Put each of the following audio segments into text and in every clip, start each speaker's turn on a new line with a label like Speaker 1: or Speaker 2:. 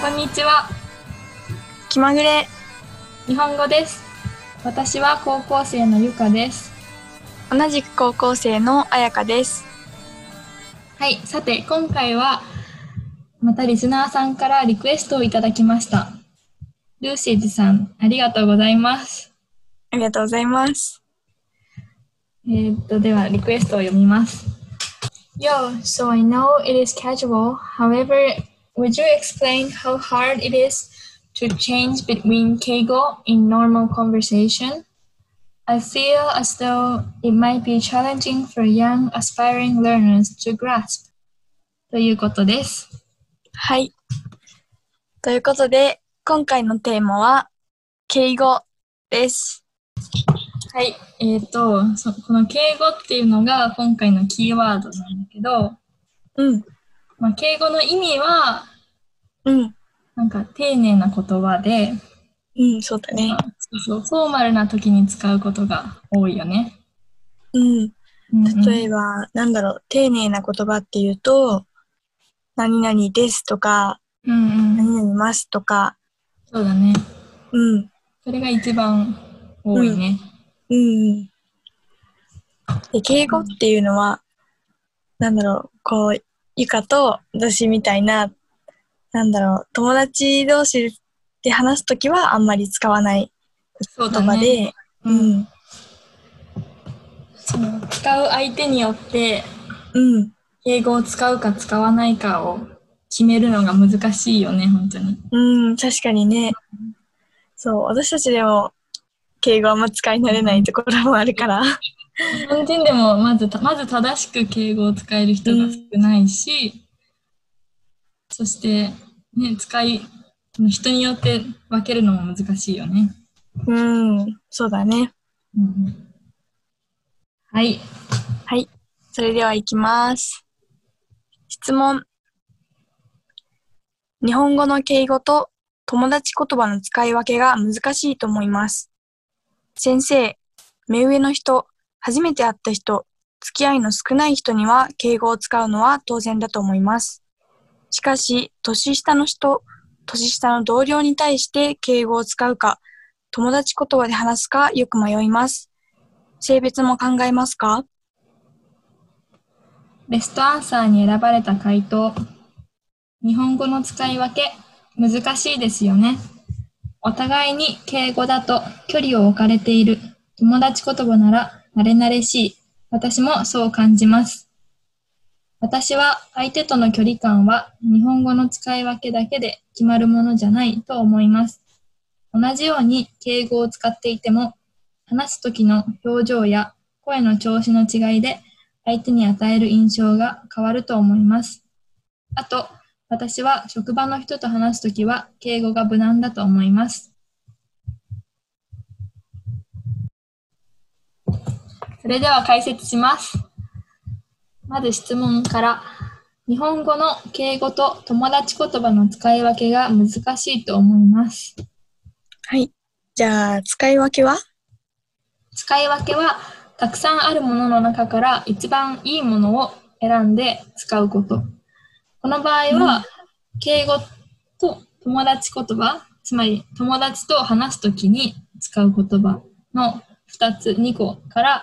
Speaker 1: こんにちは。
Speaker 2: 気まぐれ
Speaker 1: 日本語です。私は高校生のゆかです。
Speaker 2: 同じく高校生のあやかです
Speaker 1: はい、さて、今回は、またリスナーさんからリクエストをいただきました。ルーシーズさん、ありがとうございます。
Speaker 2: ありがとうございます
Speaker 1: えーっと、では、リクエストを読みます。Yo, so I know it is casual. However, would you explain how hard it is to change between Keigo in normal conversation? I feel as though it might be challenging for young aspiring learners to grasp. ということです。
Speaker 2: はいということで今回のテーマは敬語です
Speaker 1: はい、えっ、とそ、この敬語っていうのが今回のキーワードなんだけど、
Speaker 2: うん
Speaker 1: まあ、敬語の意味は、
Speaker 2: うん
Speaker 1: なんか丁寧な言葉で、
Speaker 2: うんそうだね
Speaker 1: そうそうフォーマルな時に使うことが多いよね。
Speaker 2: うん
Speaker 1: うんうん
Speaker 2: 例えばなんだろう丁寧な言葉っていうと何々ですとか
Speaker 1: うんうん、
Speaker 2: 何々ますとか
Speaker 1: そうだね。
Speaker 2: うん
Speaker 1: それが一番多いね。
Speaker 2: うんで敬語っていうのは、なんだろう、こう、ゆかと私みたいな、なんだろう、友達同士で話すときはあんまり使わない
Speaker 1: そうだ
Speaker 2: 言葉
Speaker 1: ね。
Speaker 2: で、
Speaker 1: う、
Speaker 2: うんん、
Speaker 1: その使う相手によって
Speaker 2: うん、
Speaker 1: 敬語を使うか使わないかを決めるのが難しいよね、本当に。
Speaker 2: うん、確かにね。そう、私たちでも敬語あんま使い慣れないところもあるから。
Speaker 1: 日本人でもまずたまず正しく敬語を使える人が少ないし、そして、ね、使い人によって分けるのも難しいよね。
Speaker 2: うん、そうだね。
Speaker 1: うん、はい、
Speaker 2: はい。それでは行きます。質問。日本語の敬語と友達言葉の使い分けが難しいと思います。先生、目上の人、初めて会った人、付き合いの少ない人には敬語を使うのは当然だと思います。しかし、年下の人、年下の同僚に対して敬語を使うか、友達言葉で話すかよく迷います。性別も考えますか
Speaker 1: ベストアンサーに選ばれた回答。日本語の使い分け、難しいですよね。お互いに敬語だと距離を置かれている。友達言葉なら慣れ慣れしい。私もそう感じます。私は相手との距離感は日本語の使い分けだけで決まるものじゃないと思います。同じように敬語を使っていても、話す時の表情や声の調子の違いで相手に与える印象が変わると思います。あと、私は職場の人と話すときは敬語が無難だと思います。それでは解説します。まず質問から。日本語の敬語と友達言葉の使い分けが難しいと思います。
Speaker 2: はい。じゃあ、使い分けは
Speaker 1: 使い分けはたくさんあるものの中から一番いいものを選んで使うことこの場合は、敬語と友達言葉つまり友達と話すときに使う言葉の2つ2個から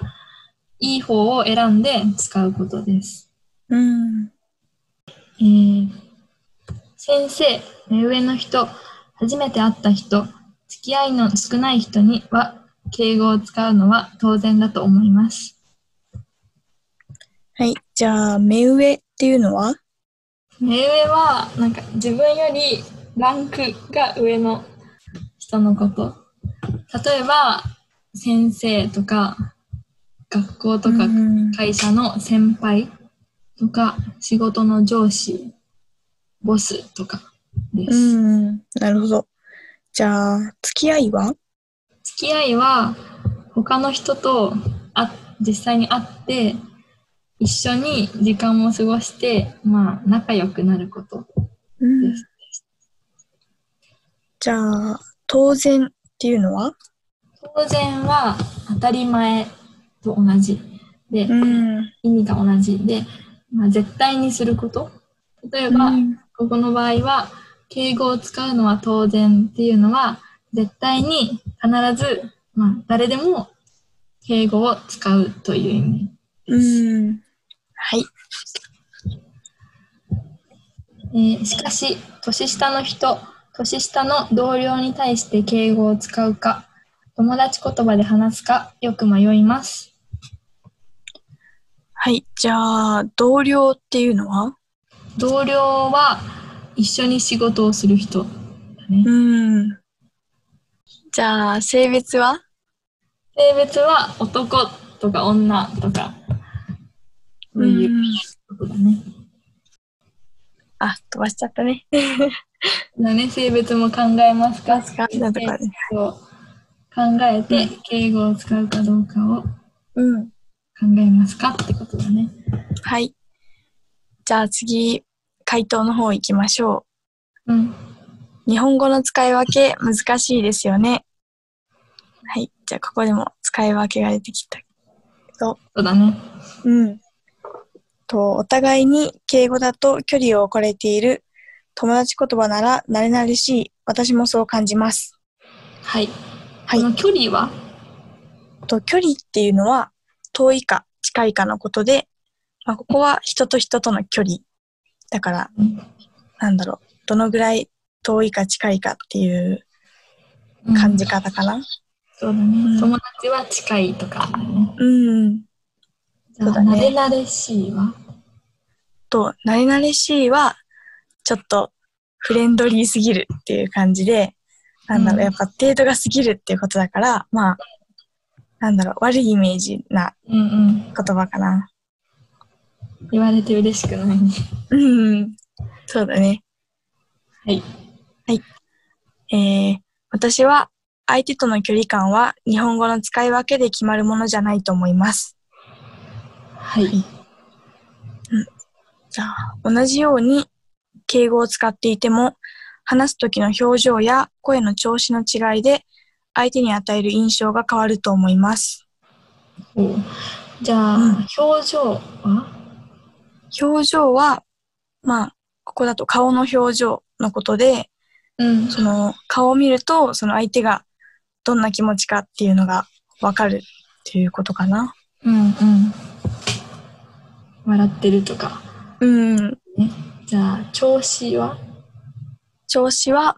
Speaker 1: いい方を選んで使うことです、
Speaker 2: うん。
Speaker 1: えー先生目上の人初めて会った人付き合いの少ない人には敬語を使うのは当然だと思います
Speaker 2: はい。じゃあ、目上っていうのは
Speaker 1: 目上はなんか自分よりランクが上の人のこと例えば先生とか学校とか
Speaker 2: うん
Speaker 1: 会社の先輩とか仕事の上司ボスとかです、
Speaker 2: うん。なるほど。じゃあ、付き合いは
Speaker 1: 付き合いは他の人とあ実際に会って一緒に時間を過ごしてまあ仲良くなること
Speaker 2: う
Speaker 1: です。
Speaker 2: じゃあ、当然っていうのは
Speaker 1: 当然は当たり前と同じで、
Speaker 2: ん。
Speaker 1: 意味が同じで、まあ、絶対にすること例えば、ここの場合は敬語を使うのは当然っていうのは、絶対に必ず、まあ、誰でも敬語を使うという意味。
Speaker 2: うん。はい。
Speaker 1: えーしかし、年下の人、年下の同僚に対して敬語を使うか、友達言葉で話すか、よく迷います。
Speaker 2: はい。じゃあ、同僚っていうのは
Speaker 1: 同僚は一緒に仕事をする人だね。
Speaker 2: うん。じゃあ、性別は
Speaker 1: 性別は男とか女とか、そういうことだね。
Speaker 2: あ、飛ばしちゃったね。
Speaker 1: だね、性別も考えますか
Speaker 2: ガーナとかね。
Speaker 1: を考えて敬語を使うかどうかを考
Speaker 2: うん。
Speaker 1: えますかってことだね。
Speaker 2: はい。じゃあ次、回答の方行きましょ
Speaker 1: うん。
Speaker 2: う。日本語の使い分け難しいですよね。はい。じゃあここでも使い分けが出てきた。
Speaker 1: そうだね。
Speaker 2: うん。と、お互いに敬語だと距離を置かれている。友達言葉なら慣れ慣れしい。私もそう感じます。
Speaker 1: はい。
Speaker 2: はい
Speaker 1: この距離は
Speaker 2: と、距離っていうのは遠いか近いかのことで、まあ、ここは人と人との距離。だから、なんだろう。どのぐらい遠いか近いかっていう感じ方かな。
Speaker 1: そうだね、
Speaker 2: うん
Speaker 1: 友達は近いとかあるね。
Speaker 2: うん。
Speaker 1: じゃあ、
Speaker 2: そうだね
Speaker 1: なれなれしいは
Speaker 2: と、なれなれしいは、ちょっとフレンドリーすぎるっていう感じで、なんだろ
Speaker 1: う
Speaker 2: う、
Speaker 1: ん
Speaker 2: やっぱ程度が過ぎるっていうことだから、まあ、なんだろう、悪いイメージな
Speaker 1: うんうん。
Speaker 2: 言葉かな。
Speaker 1: 言われて嬉しくないね。
Speaker 2: うん。そうだね。
Speaker 1: はい。
Speaker 2: えー、私は、相手との距離感は日本語の使い分けで決まるものじゃないと思います。
Speaker 1: はい。
Speaker 2: じゃあ、同じように敬語を使っていても、話す時の表情や声の調子の違いで、相手に与える印象が変わると思います。
Speaker 1: おうじゃあ、
Speaker 2: うん
Speaker 1: 表情は
Speaker 2: 表情は、まあ、ここだと顔の表情のことで、
Speaker 1: うん
Speaker 2: その顔を見ると、その相手がどんな気持ちかっていうのがわかるっていうことかな。
Speaker 1: うんうん。笑ってるとか。
Speaker 2: うん。
Speaker 1: じゃあ、調子は、
Speaker 2: 調子は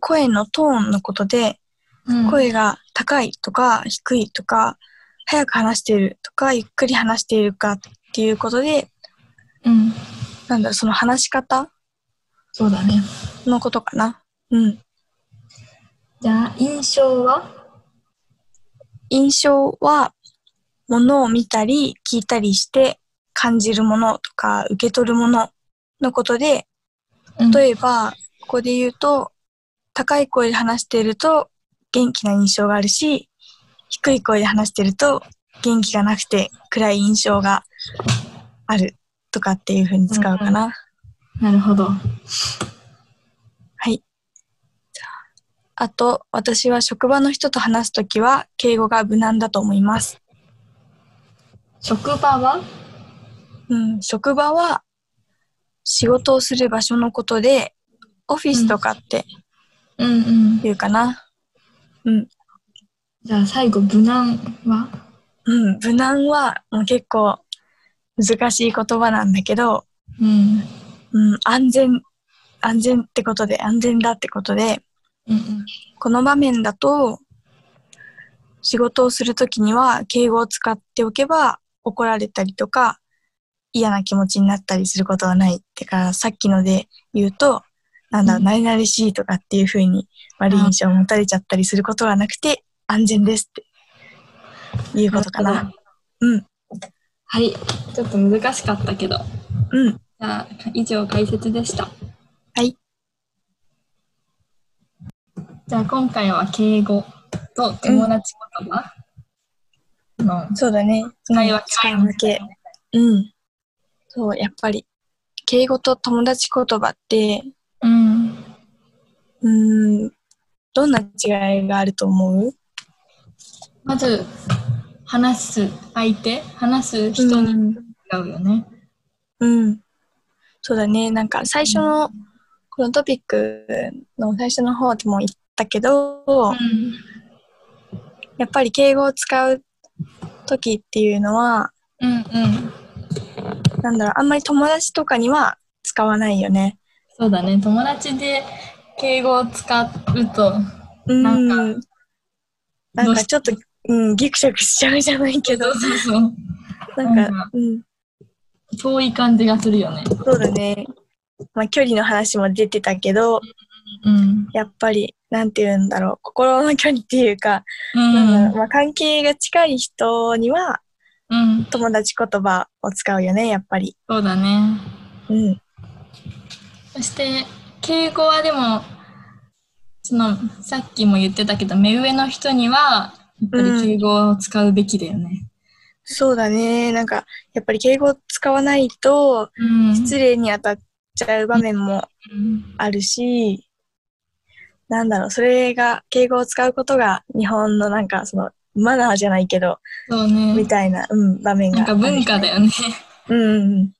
Speaker 2: 声のトーンのことで、
Speaker 1: うん
Speaker 2: 声が高いとか低いとか早く話しているとかゆっくり話しているかっていうことで
Speaker 1: うん。
Speaker 2: なんだろうその話し方
Speaker 1: そうだね。
Speaker 2: のことかな。うん。
Speaker 1: じゃあ、印象は
Speaker 2: 印象はものを見たり聞いたりして感じるものとか受け取るもののことで
Speaker 1: え
Speaker 2: 例えばここで言うと高い声で話していると元気な印象があるし低い声で話していると元気がなくて暗い印象があるとかっていう風に使うかな。
Speaker 1: なるほど。
Speaker 2: あと私は職場の人と話すときは敬語が無難だと思います。
Speaker 1: 職場は
Speaker 2: うん、職場は仕事をする場所のことでオフィスとかって
Speaker 1: うんうん。
Speaker 2: 言うかな。
Speaker 1: じゃあ、最後、無難は
Speaker 2: うん、無難はもう結構難しい言葉なんだけど、
Speaker 1: うん。
Speaker 2: うん、安全、安全ってことで、安全だってことで、
Speaker 1: うんうん。
Speaker 2: この場面だと、仕事をするときには敬語を使っておけば怒られたりとか、嫌な気持ちになったりすることはない。てか、さっきので言うと、なんだろう、
Speaker 1: うん
Speaker 2: 慣れ慣れしいとかっていうふうに悪い印象を持たれちゃったりすることはなくて、安全ですっていうことか
Speaker 1: なる
Speaker 2: な。
Speaker 1: ほど。
Speaker 2: うん、
Speaker 1: はい。ちょっと難しかったけど。
Speaker 2: うん。
Speaker 1: じゃあ、以上解説でした。
Speaker 2: はい。
Speaker 1: じゃあ、今回は敬語と友達言葉の
Speaker 2: そうだね。
Speaker 1: 使い分け。
Speaker 2: 使い分け。うん。そう、やっぱり、敬語と友達言葉って、
Speaker 1: うん。
Speaker 2: うーん、どんな違いがあると思う
Speaker 1: まず、話す相手、話す人に
Speaker 2: うん
Speaker 1: 違うよね。
Speaker 2: うん。そうだね。なんか、最初のこのトピックの最初の方でも言ったけど、
Speaker 1: うん。
Speaker 2: やっぱり敬語を使う時っていうのは、
Speaker 1: うんうん。
Speaker 2: なんだろう、あんまり友達とかには使わないよね。
Speaker 1: そうだね。友達で敬語を使うと、
Speaker 2: うん。
Speaker 1: なんか
Speaker 2: なんかちょっと、うん、ギクシャクしちゃうじゃないけど
Speaker 1: そう、そうそう。
Speaker 2: なん
Speaker 1: なんか
Speaker 2: か、うん、
Speaker 1: 遠い感じがするよね。
Speaker 2: そうだね。まあ、距離の話も出てたけど、
Speaker 1: うん。
Speaker 2: やっぱり、なんて言うんだろう、心の距離っていうか、
Speaker 1: う
Speaker 2: なんだろ
Speaker 1: ん
Speaker 2: う。まあ、関係が近い人には、
Speaker 1: うん。
Speaker 2: 友達言葉を使うよね、やっぱり。
Speaker 1: そうだね。
Speaker 2: うん。
Speaker 1: そして、敬語はでも、その、さっきも言ってたけど、目上の人には、やっぱり敬語を使うべきだよね。
Speaker 2: そうだね。なんか、やっぱり敬語を使わないと、
Speaker 1: うん。
Speaker 2: 失礼に当たっちゃう場面もあるし、なんだろう、それが、敬語を使うことが、日本のなんか、その、マナーじゃないけど、
Speaker 1: そう
Speaker 2: み
Speaker 1: ね。
Speaker 2: たいな、うん、場面が。
Speaker 1: なんか文化だよね。
Speaker 2: うん、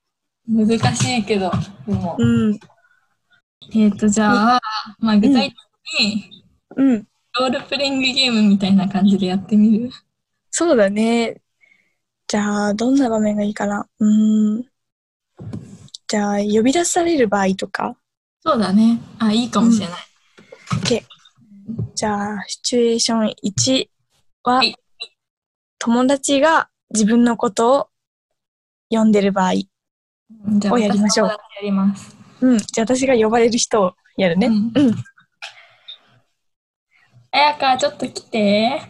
Speaker 1: 難しいけど、でも
Speaker 2: う。ん、うん。
Speaker 1: えっ、と、じゃあ、まあ、具体的に、
Speaker 2: うん。
Speaker 1: ロールプレイングゲームみたいな感じでやってみる
Speaker 2: そうだね。じゃあ、どんな場面がいいかな。うーん。じゃあ、呼び出される場合とか。
Speaker 1: そうだね。あ、いいかもしれない。
Speaker 2: じゃあ、シチュエーション1は、
Speaker 1: はい
Speaker 2: 友達が自分のことを呼んでる場合。
Speaker 1: じゃ
Speaker 2: をやりましょう
Speaker 1: 私の方やります。
Speaker 2: うん。じゃあ、私が呼ばれる人をやるね。
Speaker 1: うん
Speaker 2: うん。
Speaker 1: あやか、ちょっと来て。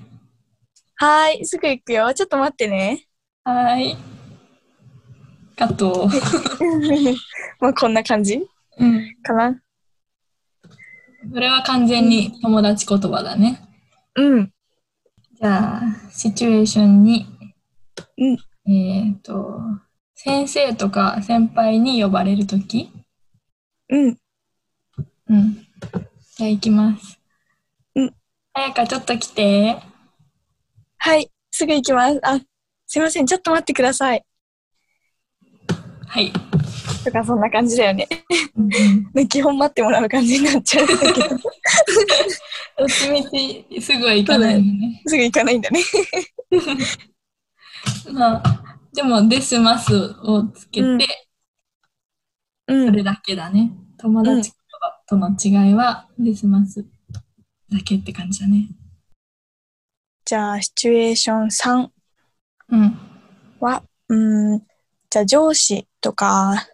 Speaker 2: はーい。すぐ行くよ。ちょっと待って ね。
Speaker 1: はーい。加藤。
Speaker 2: まあ、こんな感じ
Speaker 1: うん。
Speaker 2: かな。
Speaker 1: これは完全に友達言葉だね。
Speaker 2: うん。
Speaker 1: じゃあ、シチュエーションに、
Speaker 2: うん
Speaker 1: えっ、と、先生とか先輩に呼ばれるとき
Speaker 2: うん。
Speaker 1: うん。じゃあ行きます。
Speaker 2: うん。
Speaker 1: あやかちょっと来て。
Speaker 2: はい。すぐ行きます。あ、すいません。ちょっと待ってください。
Speaker 1: はい。
Speaker 2: とか、そんな感じだよね。ね、基本待ってもらう感じになっちゃうんだ けど
Speaker 1: どっちみちすぐは行かないのね。
Speaker 2: すぐ行かないんだね。
Speaker 1: まあ、でも、ですますをつけて、
Speaker 2: うんう
Speaker 1: それだけだね。友達との違いは、ですますだけって感じだね。
Speaker 2: じゃあ、シチュエーション3
Speaker 1: うん。
Speaker 2: は、うん、じゃあ上司とか、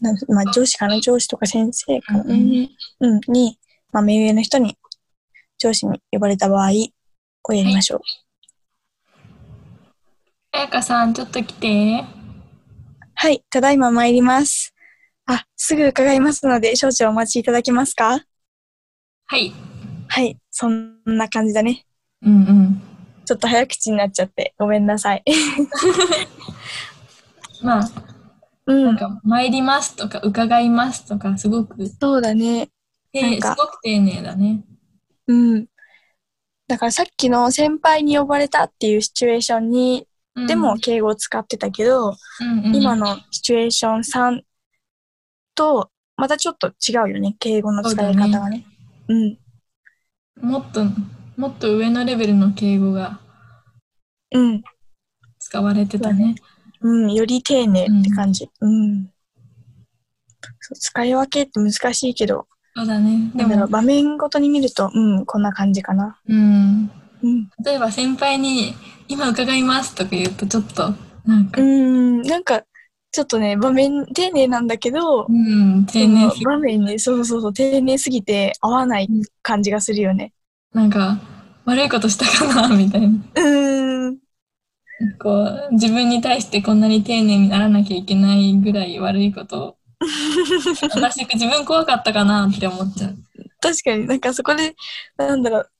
Speaker 2: なんまあ上司かな上司とか先生かな、
Speaker 1: うん
Speaker 2: うん、に、まあ目上の人に、上司に呼ばれた場合をやりましょう。
Speaker 1: あやかさん、ちょっと来て。
Speaker 2: はい、ただいま参ります。あ、すぐ伺いますので、少々お待ちいただけますか
Speaker 1: はい。
Speaker 2: はい、そんな感じだね。
Speaker 1: うんうん。
Speaker 2: ちょっと早口になっちゃって、ごめんなさい。
Speaker 1: まあ、
Speaker 2: う
Speaker 1: なん
Speaker 2: ん、
Speaker 1: か、参りますとか、伺いますとか、すごく、
Speaker 2: そうだね。
Speaker 1: て
Speaker 2: なん
Speaker 1: す
Speaker 2: か
Speaker 1: ごく丁寧だね。
Speaker 2: うん。だからさっきの先輩に呼ばれたっていうシチュエーションに、
Speaker 1: うん
Speaker 2: でも、敬語を使ってたけど、
Speaker 1: うんうん
Speaker 2: 今のシチュエーション3と、またちょっと違うよね、敬語の使い方がね。うん。
Speaker 1: もっと、もっと上のレベルの敬語が
Speaker 2: うん。
Speaker 1: 使われてたね。
Speaker 2: うん。より丁寧って感じ。うん。そう使い分けって難しいけど、
Speaker 1: そうだね。で
Speaker 2: なんだろう
Speaker 1: も、
Speaker 2: 場面ごとに見ると、うん、こんな感じかな。
Speaker 1: うん。
Speaker 2: うん。
Speaker 1: 例えば先輩に、今伺いますとか言うと、ちょっと、なんか
Speaker 2: う、ん、なんか、ちょっとね、場面、丁寧なんだけど、
Speaker 1: うん、丁
Speaker 2: そ
Speaker 1: 寧
Speaker 2: の
Speaker 1: すぎ
Speaker 2: 場面にそうそうそう丁寧すぎて合わない感じがするよね。
Speaker 1: なんか、悪いことしたかな、みたいな。
Speaker 2: うーん
Speaker 1: こう、自分に対してこんなに丁寧にならなきゃいけないぐらい悪いことを。私、自分怖かったかなって思っちゃう。
Speaker 2: 確かになんかそこでなんだろう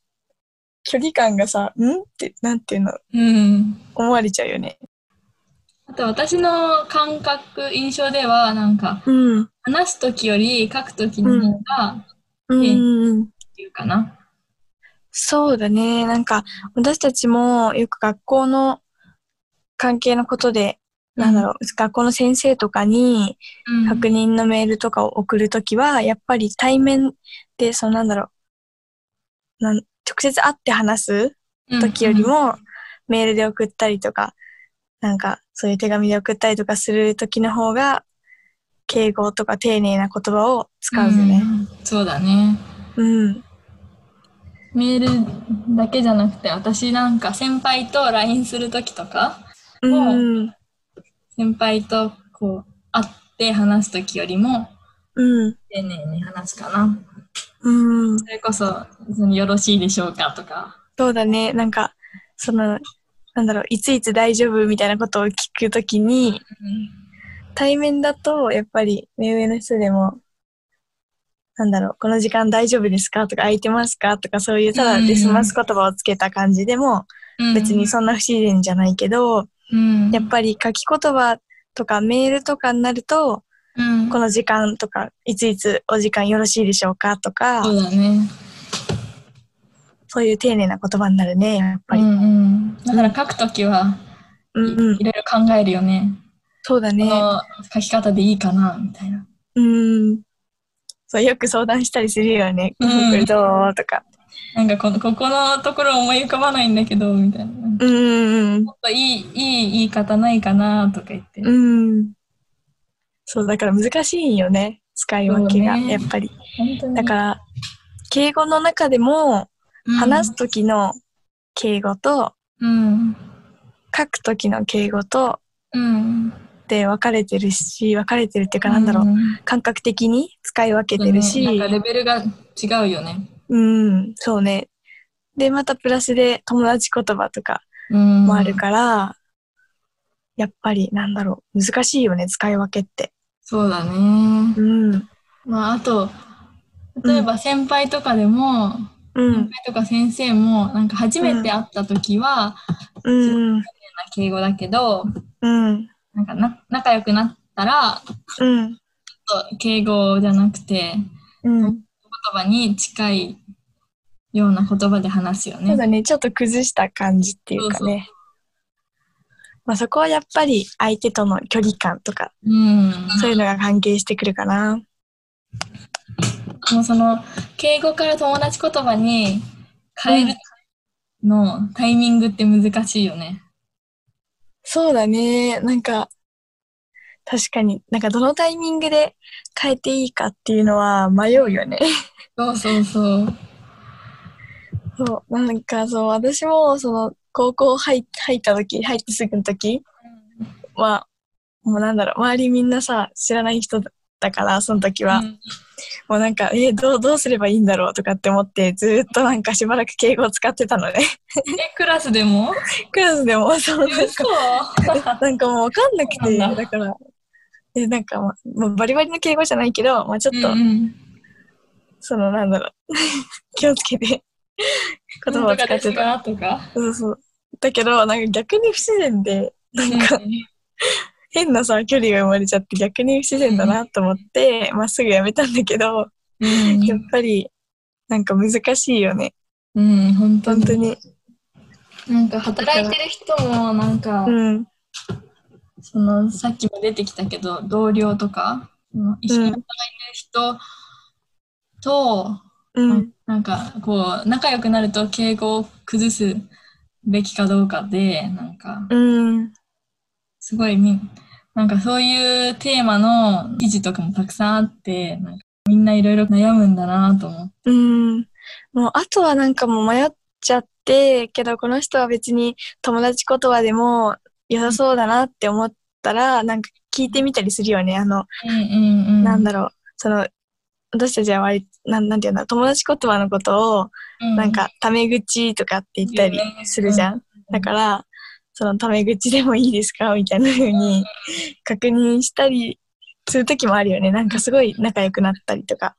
Speaker 2: 距離感がさ「ん?」ってなんていうの
Speaker 1: うん。
Speaker 2: 思われちゃうよね。
Speaker 1: あと、私の感覚、印象では、なんか、
Speaker 2: うん
Speaker 1: 話すときより書くときの方が、
Speaker 2: うん
Speaker 1: っていうかな。
Speaker 2: そうだねなんか私たちもよく学校の関係のことでなんだろう、学校の先生とかに
Speaker 1: うん
Speaker 2: 確認のメールとかを送るときは、やっぱり対面で、そのなんだろう、なん直接会って話す時よりも、メールで送ったりとか、なんかそういう手紙で送ったりとかする時の方が、敬語とか丁寧な言葉を使うよね。
Speaker 1: んそうだね。
Speaker 2: うん。
Speaker 1: メールだけじゃなくて、私なんか先輩と LINE するときとか、
Speaker 2: うん。うん。
Speaker 1: 先輩とこう、会って話すときよりも、
Speaker 2: うん。
Speaker 1: 丁寧に話すかな。
Speaker 2: うん。
Speaker 1: それこそ、そのよろしいでしょうかとか。
Speaker 2: そうだね。なんか、その、なんだろう、いついつ大丈夫みたいなことを聞くときに、対面だと、やっぱり目上の人でも、なんだろう、この時間大丈夫ですかとか、空いてますかとか、そういうただで済ます言葉をつけた感じでも、
Speaker 1: うん
Speaker 2: 別にそんな不自然じゃないけど、
Speaker 1: うん、
Speaker 2: やっぱり書き言葉とかメールとかになると、
Speaker 1: うん
Speaker 2: この時間とか、いついつお時間よろしいでしょうかとか、
Speaker 1: そうだね。
Speaker 2: そういう丁寧な言葉になるね、やっぱり。
Speaker 1: うんうん、だから書くときは
Speaker 2: う
Speaker 1: い,、
Speaker 2: んうん、
Speaker 1: ろいろ考えるよね。
Speaker 2: そうだ
Speaker 1: こ
Speaker 2: ね。
Speaker 1: の書き方でいいかなみたいな。
Speaker 2: うん。そう、よく相談したりするよね。
Speaker 1: うん
Speaker 2: これどうとか。
Speaker 1: なんかこのここのところ思い浮かばないんだけどみたいな。もっ
Speaker 2: うんうん
Speaker 1: といいいい言い方ないかなとか言って。
Speaker 2: うん。うん。そう、だから難しいよね。使い分けが、
Speaker 1: そうね
Speaker 2: やっぱり。
Speaker 1: 本当に
Speaker 2: だから、敬語の中でも、話す、時の敬語と、
Speaker 1: うん
Speaker 2: 書く時の敬語と、
Speaker 1: うん、
Speaker 2: で分かれてるし、分かれてるっていうか、なんだろう。
Speaker 1: ん
Speaker 2: 感覚的に使い分けてるし。
Speaker 1: そうねなんかレベルが違うよね。
Speaker 2: うん、そうね。で、またプラスで友達言葉とか
Speaker 1: うん、
Speaker 2: もあるから、やっぱりなんだろう、難しいよね、使い分けって。
Speaker 1: そうだね。
Speaker 2: うん。
Speaker 1: まああと例えば先輩とかでも、
Speaker 2: う
Speaker 1: 先
Speaker 2: ん。
Speaker 1: 輩とか先生もなんか初めて会った時は、
Speaker 2: うん。
Speaker 1: 敬語だけど
Speaker 2: うん。
Speaker 1: なんかな仲良くなったらちょ
Speaker 2: うん。
Speaker 1: っと敬語じゃなくて
Speaker 2: うん。
Speaker 1: 言葉に近いような言葉で話すよね。
Speaker 2: そうだね、ちょっと崩した感じっていうかね。まあそこはやっぱり相手との距離感とか、
Speaker 1: うん、
Speaker 2: そういうのが関係してくるかな。
Speaker 1: もうその敬語から友達言葉に変えるのタイミングって難しいよね。
Speaker 2: そうだね、なんか、確かになんかどのタイミングで変えていいかっていうのは迷うよね。
Speaker 1: そうそうそう。
Speaker 2: そう、なんかそう、私もその高校入っ入った時、入ってすぐの時は、もうなんだろう、周りみんなさ、知らない人だから、その時は、
Speaker 1: うん
Speaker 2: もうなんか、えどう、どうすればいいんだろうとかって思って、ずーっとなんかしばらく敬語を使ってたのね。
Speaker 1: えクラスでも
Speaker 2: クラスでも、そう、なん
Speaker 1: 嘘
Speaker 2: か、なんかもうわかんなく
Speaker 1: そう
Speaker 2: て、
Speaker 1: なんだ
Speaker 2: だから、え、なんかまあ、もうバリバリの敬語じゃないけど、まあちょっと、
Speaker 1: うんうん
Speaker 2: そのなんだろう、 気をつけて、言葉を使ってた。
Speaker 1: なんとか
Speaker 2: そうそう。だけど、なんか逆に不自然で、
Speaker 1: です
Speaker 2: なん
Speaker 1: がと
Speaker 2: か、
Speaker 1: か。うん
Speaker 2: 変なさ、距離が生まれちゃって逆に不自然だなと思って、まっすぐやめたんだけど、
Speaker 1: うん
Speaker 2: やっぱり、なんか難しいよね。
Speaker 1: うん、本当
Speaker 2: 本当
Speaker 1: に。
Speaker 2: に。
Speaker 1: なんか働いてる人も、なんか、
Speaker 2: うん。
Speaker 1: その、さっきも出てきたけど、同僚とか、その一緒に働いてる人と、
Speaker 2: うん。
Speaker 1: なんか、こう、仲良くなると敬語を崩すべきかどうかで、なんか、
Speaker 2: うん。
Speaker 1: すごいみ、なんかそういうテーマの記事とかもたくさんあって、なんかみんないろいろ悩むんだなと思って。
Speaker 2: うん。もう、あとはなんかもう迷っちゃって、けどこの人は別に友達言葉でも良さそうだなって思ったら、なんか聞いてみたりするよね。あの、
Speaker 1: うんうんうん。
Speaker 2: なんだ
Speaker 1: ろ
Speaker 2: ろう。その、私たちは割、なん、なんていうんだ、友達言葉のことを、
Speaker 1: う
Speaker 2: なん、か、タメ口とかって言ったりするじゃん。だから、そのタメ口でもいいですかみたいな風に確認したりする時もあるよね。なんかすごい仲良くなったりとか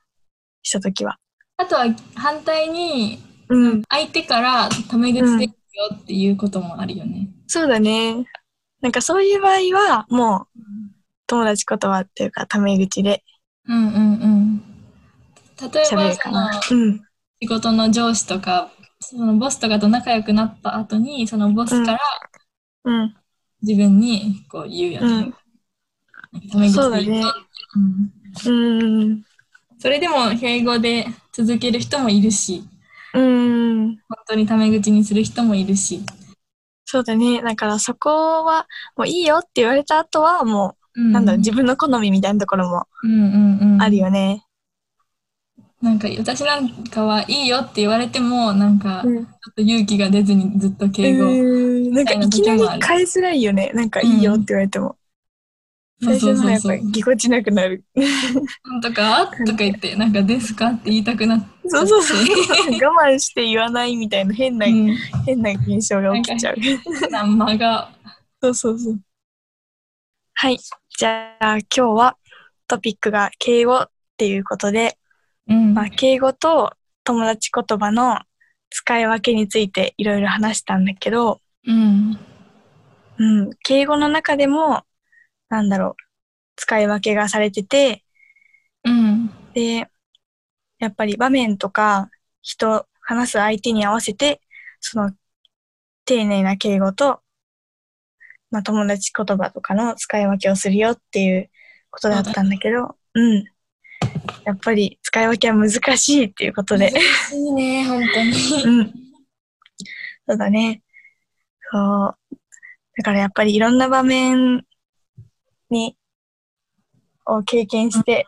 Speaker 2: した時は。
Speaker 1: あとは反対に、
Speaker 2: うん。
Speaker 1: 相手からタメ口でいいよっていうこともあるよね。
Speaker 2: そうだね。なんかそういう場合は、もう友達言葉っていうかタメ口で
Speaker 1: うんうんうん。例え
Speaker 2: 喋
Speaker 1: ば
Speaker 2: るか
Speaker 1: そ
Speaker 2: な
Speaker 1: の。
Speaker 2: うん。
Speaker 1: 仕事の上司とかそのボスとかと仲良くなった後にそのボスから
Speaker 2: うん。
Speaker 1: 自分にこう言うよ
Speaker 2: う
Speaker 1: ね
Speaker 2: ん。。
Speaker 1: タメ口
Speaker 2: そうだ
Speaker 1: で言う
Speaker 2: ね
Speaker 1: とうん
Speaker 2: うん。
Speaker 1: それでも敬語で続ける人もいるし、
Speaker 2: うん。
Speaker 1: 本当にタメ口にする人もいるし。
Speaker 2: そうだね。だからそこは、もういいよって言われた後は、もう、なんだろう、自分の好みみたいなところも
Speaker 1: うんうんうん。
Speaker 2: あるよね。
Speaker 1: なんか私なんかはいいよって言われても、なんかちょ
Speaker 2: ん。
Speaker 1: っと勇気が出ずにずっと敬語。
Speaker 2: うんなんかいきなり返せないよね。なんかいいよって言われても。
Speaker 1: そう
Speaker 2: 最
Speaker 1: そう
Speaker 2: 初のは
Speaker 1: そう
Speaker 2: やっ
Speaker 1: そう
Speaker 2: ぱり。ぎこちなくなる。
Speaker 1: なんとかとか言って、なんかですかって言いたくなって。
Speaker 2: そうそうそう。 我慢して言わないみたいな変な、
Speaker 1: うん
Speaker 2: 変な現象が起きちゃう。
Speaker 1: な間が。
Speaker 2: そうそうそう。はい。じゃあ今日はトピックが敬語っていうことで、
Speaker 1: うん
Speaker 2: まあ、敬語と友達言葉の使い分けについていろいろ話したんだけど、
Speaker 1: うん。
Speaker 2: うん、敬語の中でも、なんだろう、使い分けがされてて、
Speaker 1: うん。
Speaker 2: で、やっぱり場面とか人、話す相手に合わせて、その、丁寧な敬語と、まあ、友達言葉とかの使い分けをするよっていうことだったんだけど、うん。やっぱり使い分けは難しいっていうことで。
Speaker 1: いいね、本当に。
Speaker 2: うん。そうだね。そう。だからやっぱりいろんな場面に、を経験して、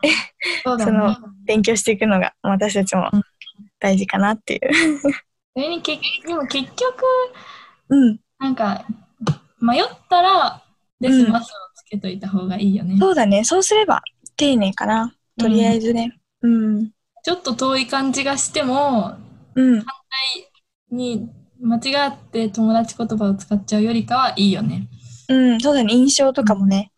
Speaker 1: そうだ
Speaker 2: その
Speaker 1: ね。
Speaker 2: 勉強していくのが私たちも
Speaker 1: うん
Speaker 2: 大事かなっていう。
Speaker 1: それに結でも結局、
Speaker 2: うん。
Speaker 1: なんか、迷ったら、で
Speaker 2: うん
Speaker 1: すますをつけといた方がいいよね。
Speaker 2: そうだね。そうすれば丁寧かな。とりあえずね。うん。
Speaker 1: ちょっと遠い感じがしても、
Speaker 2: うん。
Speaker 1: に間違って友達言葉を使っちゃうよりかはいいよ ね。
Speaker 2: うん。そうだね。印象とかもね。
Speaker 1: うん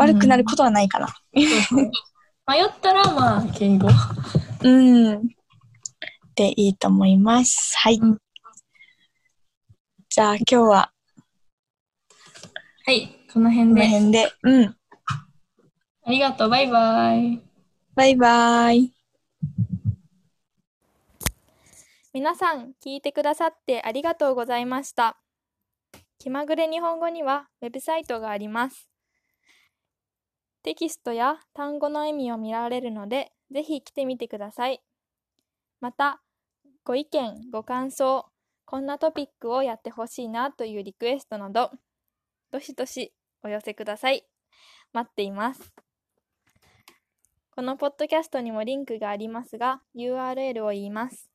Speaker 2: 悪くなることはないかな。
Speaker 1: 迷ったら、まあ、敬語。
Speaker 2: うん。でいいと思います。はい。
Speaker 1: うん
Speaker 2: じゃあ今日は
Speaker 1: はい、この
Speaker 2: こ
Speaker 1: 辺
Speaker 2: の
Speaker 1: で。
Speaker 2: 辺で。うん。
Speaker 1: ありがとう、バイバイ。
Speaker 2: バイバイ。
Speaker 3: 皆さん聞いてくださってありがとうございました。気まぐれ日本語にはウェブサイトがあります。テキストや単語の意味を見られるので、ぜひ来てみてください。また、ご意見、ご感想、こんなトピックをやってほしいなというリクエストなど、どしどしお寄せください。待っています。このポッドキャストにもリンクがありますが、URL を言います。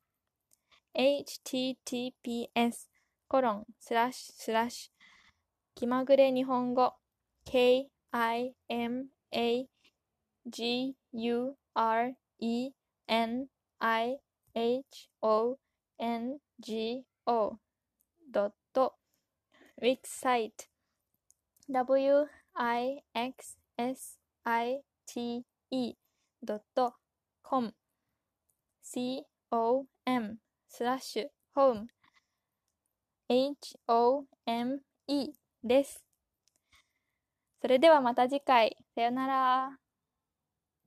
Speaker 3: https コロンスラッシュスラッシュ気まぐれ日本語 kimagureniho.wixsite wixsite.com com スラッシュホーム HOME です。それではまた次回。さよなら。